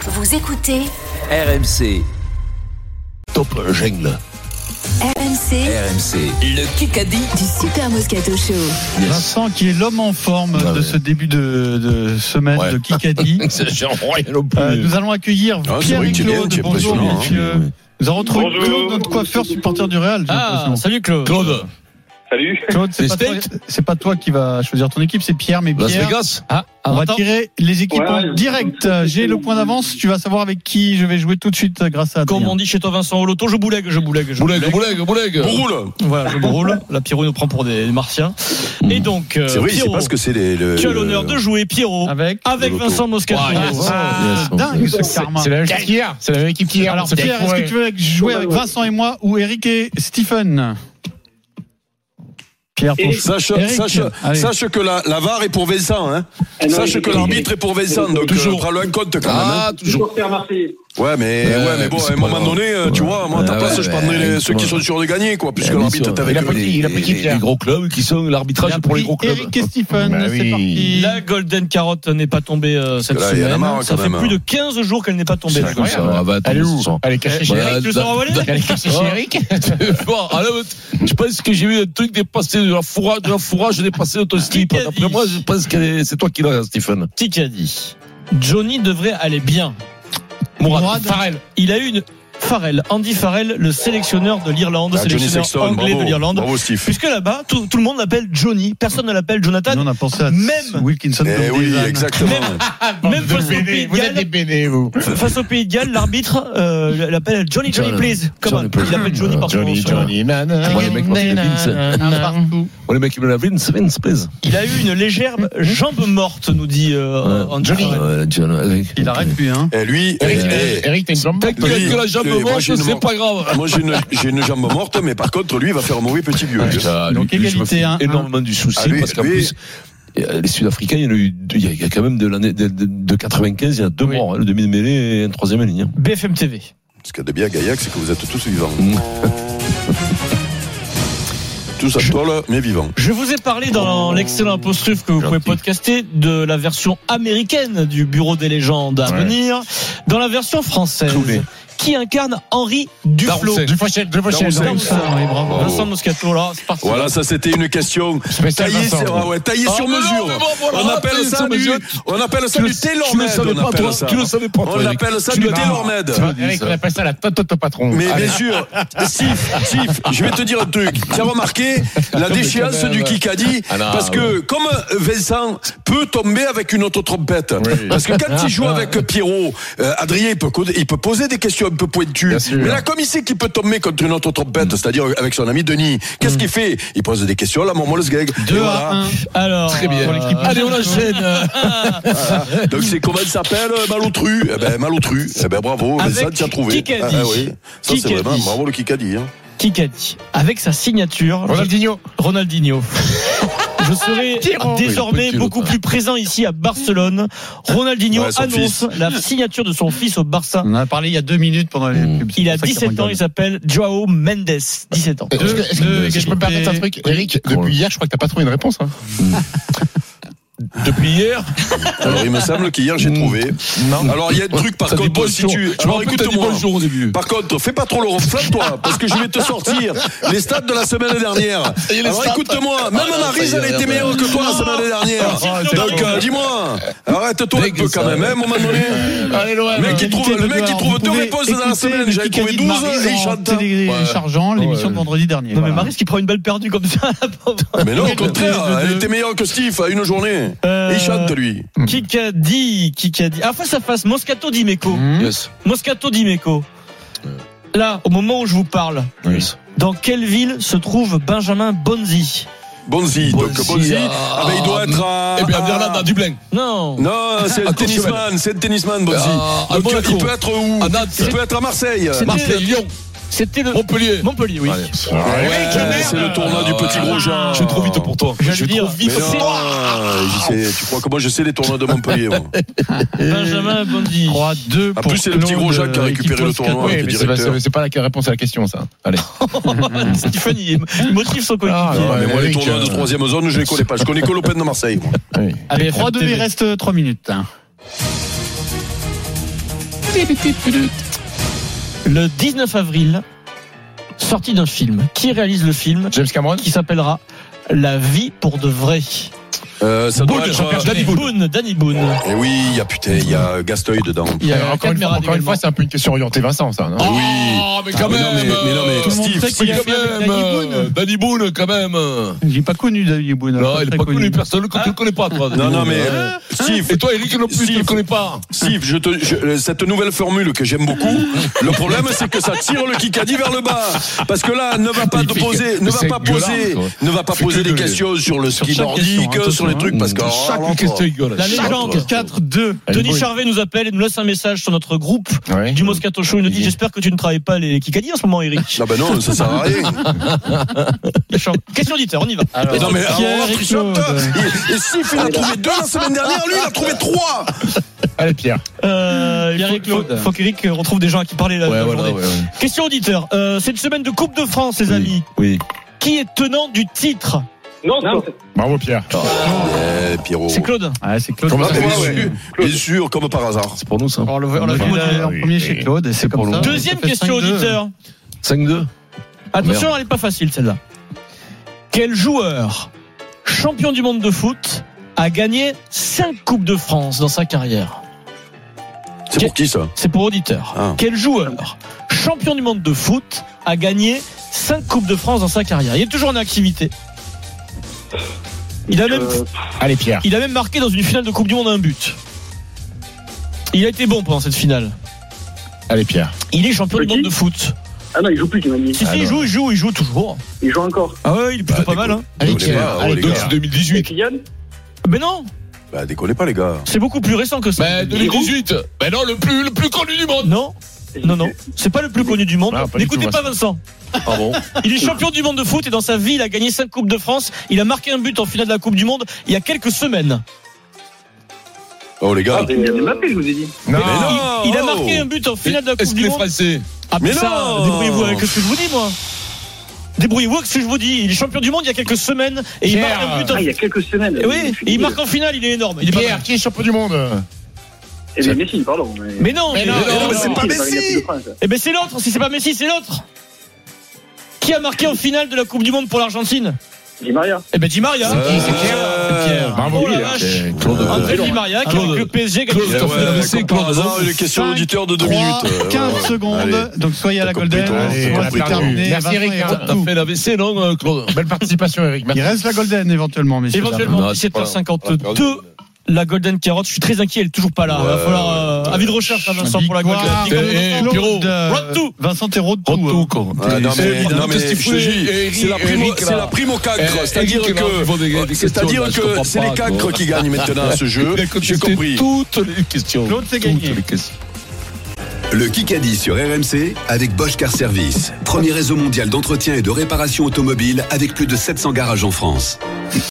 Vous écoutez RMC, Top jungle. RMC RMC, le Kikadi. du Super Moscato Show. Vincent qui est l'homme en forme Ah de ouais. ce début de, de semaine Ouais. de Kikadi. J'ai rien au Euh, nous allons accueillir Ah, c'est Pierre vrai et que tu l'es, Claude. tu es Bonjour impressionnant, messieurs. hein. Oui, oui. Nous avons retrouvé Bonjour. Claude, notre coiffeur supporter du Real. j'ai Ah, l'impression. salut Claude. Claude, Salut. Claude, c'est Les pas, toi, c'est pas toi qui va choisir ton équipe, c'est Pierre. Mais Las Pierre, Vegas Ah, on va attends. tirer les équipes Ouais, en direct. c'est- J'ai le point d'avance. Tu vas savoir avec qui je vais jouer tout de suite euh, grâce à Comme Adrien. on dit chez toi Vincent au loto, je boulegue, je boulegue, je Bouleg, boulegue. Bouleg, Bouleg Roule Voilà, je broule. La Pierrot nous prend pour des martiens. Et donc, euh, Hmm. C'est vrai, il sait Pierrot, pas ce que c'est les. le- tu as l'honneur de jouer Pierrot Avec. avec Le loto. Vincent Moscato. Oh, ah, dingue ce karma. C'est la même équipe qu'hier. C'est la même équipe qu'hier. Alors C'est Pierre, est-ce que tu veux jouer avec Vincent et moi ou Eric et Stephen Pierre, ton choix. Sache, Eric, sache, allez. sache que la, la VAR est pour Vincent. Hein. Ah non, sache il- que il- l'arbitre est pour Vincent. Donc, euh, Toujours. toujours. prends-le en compte quand Ah, toujours Toujours faire Marseillais. même. hein. Ouais, mais, Ouais, ouais, mais bon, mais à c'est un pas moment grave. donné, euh, tu Ouais. vois, moi, à ta Ouais, place, ouais, je prendrais ouais, les- ceux qui ouais. sont sûrs de gagner, quoi, puisque Eh, bien l'arbitre sûr. est avec Il a eux. pas dit- il a pas dit les, Pierre. les gros clubs qui sont l'arbitrage pour les gros clubs. Eric et Stephen, Bah c'est oui. parti. La Golden Carotte n'est pas tombée euh, cette Parce que là, il y en a semaine. marre, ça quand fait même, plus hein. de 15 jours qu'elle n'est pas tombée. C'est la Golden incroyable. Carotte. Ça va, attends, Elle est ce où soir. Elle est cachée chez Eric, Eric. tu le sors à Valais Elle est cachée chez Ah. Eric. Bon, à la- je pense que j'ai vu un truc dépasser de la fourrage, de la fourrage dépasser de ton Ah, slip. Qui a D'après dit moi, je pense que les- c'est toi qui l'as, Stephen. Qui a dit Johnny devrait aller bien. Mourad. Mourad. Farrell. Il a eu une Farrell, Andy Farrell, le sélectionneur de l'Irlande, Ah, Johnny sélectionneur Sexton, anglais bravo. de l'Irlande. Bravo, Steve. Puisque là-bas, tout, tout le monde l'appelle Johnny, personne ne l'appelle Jonathan. Nous, on a pensé à Même- Wilkinson comme des Eh oui, ânes. exactement. Même- Ah, Même Vous face au êtes Pays des- de Vous êtes Galles, des bénés, vous. F- Face au Pays de Galles, l'arbitre euh, l'appelle Johnny Johnny John- Please. Comment Johnny, please. Il appelle Johnny par son Euh, Johnny, son- Johnny, nanana. Ouais, les mecs, parce que Vince- Un partout. Oh, les mecs, ils me la Vince, Vince, please. Il a eu une légère jambe morte, nous dit Ouais. euh, Andy Johnny. Farrell. Ouais, John, Eric. Il arrête plus, hein. Et lui, eh, euh, Eric, eh, Eric, t'as une plombe Tant que Lui, que la jambe lui, moi, morte, j'ai une c'est mort. pas grave. moi, j'ai une, j'ai une jambe morte, mais par contre, lui, il va faire un mauvais petit vieux. Ah, Ça, Donc, je me égalité, fais hein, énormément du souci Ah, lui, parce qu'en lui- plus euh, les Sud-Africains, il y en a eu deux- il y a- il y a quand même de l'année de, de- de 95, il y a deux Oui. morts, hein, le demi de mêlée et un troisième en ligne. hein. BFM TV. Ce qu'il y a de bien à Gaillac, c'est que vous êtes tous vivants. Mm. Tous à tôle, mais vivants. Je vous ai parlé Oh. dans l'excellent apostruf que vous pouvez Gentil. podcaster de la version américaine du Bureau des légendes à Ouais. venir, dans la version française. Clooney. Qui incarne Henri Duflo. Du Fauchel, du Fauchel. Darmoussel. Darmoussel, oui, bravo. Vincent Moscato, là, c'est parti. Voilà, ça c'était une question Spécial taillée sur, Vincent. ah ouais, taillée Ah, sur mais non, mesure. mais bon, voilà, on appelle taillée ça sur du, mesure. on appelle ça Tu du le- tu le tailor-made, savais on pas, appelle toi, ça. tu le savais pas, toi, On Eric. appelle ça Tu du le dis. Ah, tailor-made. Tu le dis, Eric, ça. on appelle ça la totote au patron. Mais Allez. bien sûr, Steve, Steve, je vais te dire un truc. Tu as remarqué la déchéance du Kikadi Ah non, Parce que comme Vincent peut tomber avec une autre trompette, Oui. parce que quand il joue avec Pierrot, euh, Adrien, il peut, co- il peut poser des questions un peu pointues. Bien sûr. Mais là, comme il sait qu'il peut tomber contre une autre trompette, c'est-à-dire avec son ami Denis, qu'est-ce qu'il fait Il pose des questions, la maman le sgeg. Et 2 voilà. à 1. Alors, Très bien. euh, Allez, on enchaîne. Donc c'est comment il s'appelle euh, Malotru. Eh ben Malotru. Eh ben bravo, Avec Vincent, tu as trouvé. Kikadi. Ah, ah oui. Ça c'est Kikadi. vraiment bravo le Kikadi. Hein. Kikadi, avec sa signature, Ronaldinho. Ronaldinho. Je serai Pierrot. Oui, désormais petit beaucoup autre. plus présent ici à Barcelone. Ronaldinho Ouais, son annonce la signature de son fils au Barça. On en a parlé il y a 2 minutes pendant les Mm. pubs. Il a C'est pour ça qu'on 17 ans, regarde. il s'appelle Joao Mendes. 17 ans. Est-ce que- est-ce que- Deux si je peux me permettre Euh, un truc, Eric, Drôle. depuis hier, je crois que t'as pas trouvé une réponse. hein. Depuis hier, Alors il me semble qu'hier j'ai trouvé. Alors il y a un truc par t'as dit contre si bonjour. tu. Je me Alors rappelle, t'as dit écoute-moi. bonjour au début. Par contre, fais pas trop le reflet, toi, parce que je vais te sortir les stats de la semaine dernière. y est, les Alors stats. écoute-moi, même Ah, ça y Marise, est, elle était regarde. Ah, meilleure que toi la semaine dernière. c'est Donc, bon. euh, dis-moi, arrête-toi un Dès que peu quand ça- même, hein, à un moment donné. Allez, l'OM. Le mec, il Qualité trouve, de le mec, joueur. il trouve Vous deux pouvez réponses dans la écouter semaine. le J'avais trouvé Kikadi 12 de Marie et il en chante. téléchargeant l'émission de vendredi dernier. Non mais voilà. Maris qui prend une balle perdue comme ça, la pauvre. Mais non, au Qualité de contraire, elle deux. était meilleure que Steve à une journée. Euh, Et il chante, lui. Kikadi, Kikadi. Ah, face à face, Moscato Di Meco. Hmm Mm. Yes. Moscato Di Meco. Là, au moment où je vous parle, Yes. dans quelle ville se trouve Benjamin Bonzi Bonzi. Donc, Bonzi, Bonzi, ah, ah ben, il doit être à. Eh bien, Verland à- à Dublin. Non. Non, c'est le À Courchevel. tennisman, c'est le tennisman, Bonzi. Ah, à Donc, Monaco. il peut être où À Nantes. Il peut être à Marseille. C'est- Marseille, Lyon, C'était le Montpellier. Montpellier, oui. Allez. Ah Ouais, c'est le tournoi du petit gros Jean. Je suis trop vite pour toi. Je Je vais suis le dire. trop vite Mais non, pour toi. je sais, tu crois que moi je sais les tournois de Montpellier moi. Benjamin Bonzi. 3 2 Ah, plus, c'est le petit gros Jacques qui euh, a récupéré le tournoi. Oui, le mais c'est pas- directeur. c'est pas la réponse à la question, ça. Allez. Stephen, il il motive son Ah, coéquipier. Ah, mais moi les Eric, tournois de euh, troisième zone je les connais pas. Je connais que l'Open de Marseille. moi. euh, Oui. hein. Allez, 3 2 il TV. reste 3 minutes. Le 19 avril, sortie d'un film. Qui réalise le film James Cameron qui s'appellera La vie pour de vrai Euh, ça doit Boone, être, euh, Danny Boone. Danny Boone. Eh oui, il y a putain, il y a Gasteuil dedans. Il y a Alors, Encore une fois, Cameron encore une fois, également. c'est un peu une question orientée Vincent, ça. non Ah oui. mais Ah, quand mais non, mais- même mais non, mais- Tout le monde sait qu'il Mais a quand fait avec même, Danny euh, Boone. Danny Boone, quand même. Non, J'ai pas connu David Boone. il n'est pas connu, personne ne le connaît pas, toi. Danny Non, non, Boone. mais euh, Steve, Et toi, Eric, non plus, tu ne le Steve. connais pas. Steve, je te, je- euh, cette nouvelle formule que j'aime beaucoup, le problème c'est que ça tire le Kikadi vers le bas. Parce que là, ne va pas Il te fait poser, que- ne va c'est pas gueulard, poser, quoi. ne va pas Fait poser que des gueuler. question sur le ski chaque question, nordique, attention, sur les trucs, parce que oh, hein. Chaque l'entre- question est gueule. La légende 4-2. Elle est Denis bonne. Charvet nous appelle et nous laisse un message sur notre groupe Ouais. du Moscato Show. Il nous dit J'espère que tu ne travailles pas les Kikadi en ce moment, Eric. Ah ben non, ça sert à rien. Question auditeur, on y va. Mais non, mais Pierre alors, et Christophe, Claude. et, et Steve, il a trouvé deux la semaine dernière, lui, il a trouvé trois. Allez, Pierre. Euh, il faut- faut, faut qu'Eric euh, retrouve des gens à qui parler la, la journée. Question auditeur euh, C'est une semaine de Coupe de France, les amis. oui. Qui est tenant du titre Bravo, Pierre. Eh, Pierrot. C'est Claude. Ah, c'est Claude. Comment Ah, ça bien ouais, sûr, bien sûr, comme par hasard. C'est pour nous, ça. On l'a on l'a vu là, en Oui, premier oui. chez Claude et c'est comme pour ça. le- Deuxième Ah, Ça fait question 5-2. auditeur. 5-2. Attention, Merde. elle n'est pas facile celle-là. Quel joueur, champion du monde de foot, a gagné 5 Coupes de France dans sa carrière C'est pour qui ça C'est pour auditeur. Ah. Quel joueur, champion du monde de foot, a gagné 5 Coupes de France dans sa carrière Il est toujours en activité. Il a, même, Euh. Allez, Pierre. il a même marqué dans une finale de Coupe du Monde un but. Il a été bon pendant cette finale. Allez, Pierre. Il est champion du Petit monde de foot. Ah non, il joue plus, tu m'as dit. Si, si, il joue, il joue, il joue toujours. Il joue encore. Ah ouais, il est plutôt pas Bah, mal. Hein. Allez, Décollez Pierre. pas, oh, Allez, les Pierre. Donc, c'est 2018. Kylian Mais non, Bah, décollez pas, les gars. c'est beaucoup plus récent que ça. Ben, 2018. Ben non, le plus, le plus connu du monde. Non, non, non. C'est pas le plus connu du monde. Ah, pas du N'écoutez tout, pas Vincent. Il est champion du monde de foot et dans sa vie, il a gagné 5 Coupes de France. Il a marqué un but en finale de la Coupe du Monde il y a quelques semaines. Oh, les gars. C'est bien Mbappé, je vous ai dit. Non. Mais non, Il a oh. marqué un but en finale de la Est-ce Coupe qu'il du est Monde. français Ah, Mais ça, non. Débrouillez-vous avec ce que je vous dis, moi. Débrouillez-vous avec ce que je vous dis. Il est champion du monde il y a quelques semaines et il Pierre. marque un but en Ah, il y a quelques semaines. Et oui, et il marque en finale, il est énorme. Il est pas Pierre, mal. qui est champion du monde Eh bien, Messi, pardon. Mais non, Mais non, mais- mais non, mais c'est pas il a gagné Messi. la Coupe de France. Eh ben c'est l'autre, si c'est pas Messi, c'est l'autre. Qui a marqué en finale de la Coupe du Monde pour l'Argentine Di Maria. Eh ben Di Maria. Euh, C'est Pierre. C'est Pierre. Bravo, Oh la Pierre. Eh, vache. C'est Claude. André Di Maria qui Claude. avec le PSG gagne Claude. Eh Christophe, ouais, il a blessé, comme par Claude. hasard, les questions Cinq, auditeurs de deux trois, minutes. Euh, 15 ouais. Allez. secondes. Donc soyez à la T'as compris, Golden. toi. Allez, On on va a perdu. terminer. Merci, Vincent Eric. et T'as T'as Arnaud. fait l'AVC, non, euh, Claude Belle participation, Eric. Il Merci. reste la Golden éventuellement, messieurs. Éventuellement, Non, c'est pas- on a 17h52. perdu. La Golden Carotte, je suis très inquiet, elle est toujours pas là. Il va Ouais, falloir euh, avis de recherche à Vincent pour la Golden. Victoire. Dis comme on Eh, entend. Claude, Pierrot, euh, rote tout. Vincent, t'es road Rote tout, tout. hein. Claude. Ah, non, mais, C'est- non, mais Qu'est-ce qu'il je te fout, dis, Eric, c'est la primo, Eric, là. c'est la primo Eh, cancre. C'est-à-dire Eric, là, il faut des- que, des questions, c'est-à-dire là, je que c'est les comprends pas, cancres quoi. qui gagnent maintenant à ce jeu. Il a contesté J'ai compris. toutes les questions. Claude, c'est Toutes gagné. les questions. Le Kikadi sur RMC avec Bosch Car Service. Premier réseau mondial d'entretien et de réparation automobile avec plus de 700 garages en France.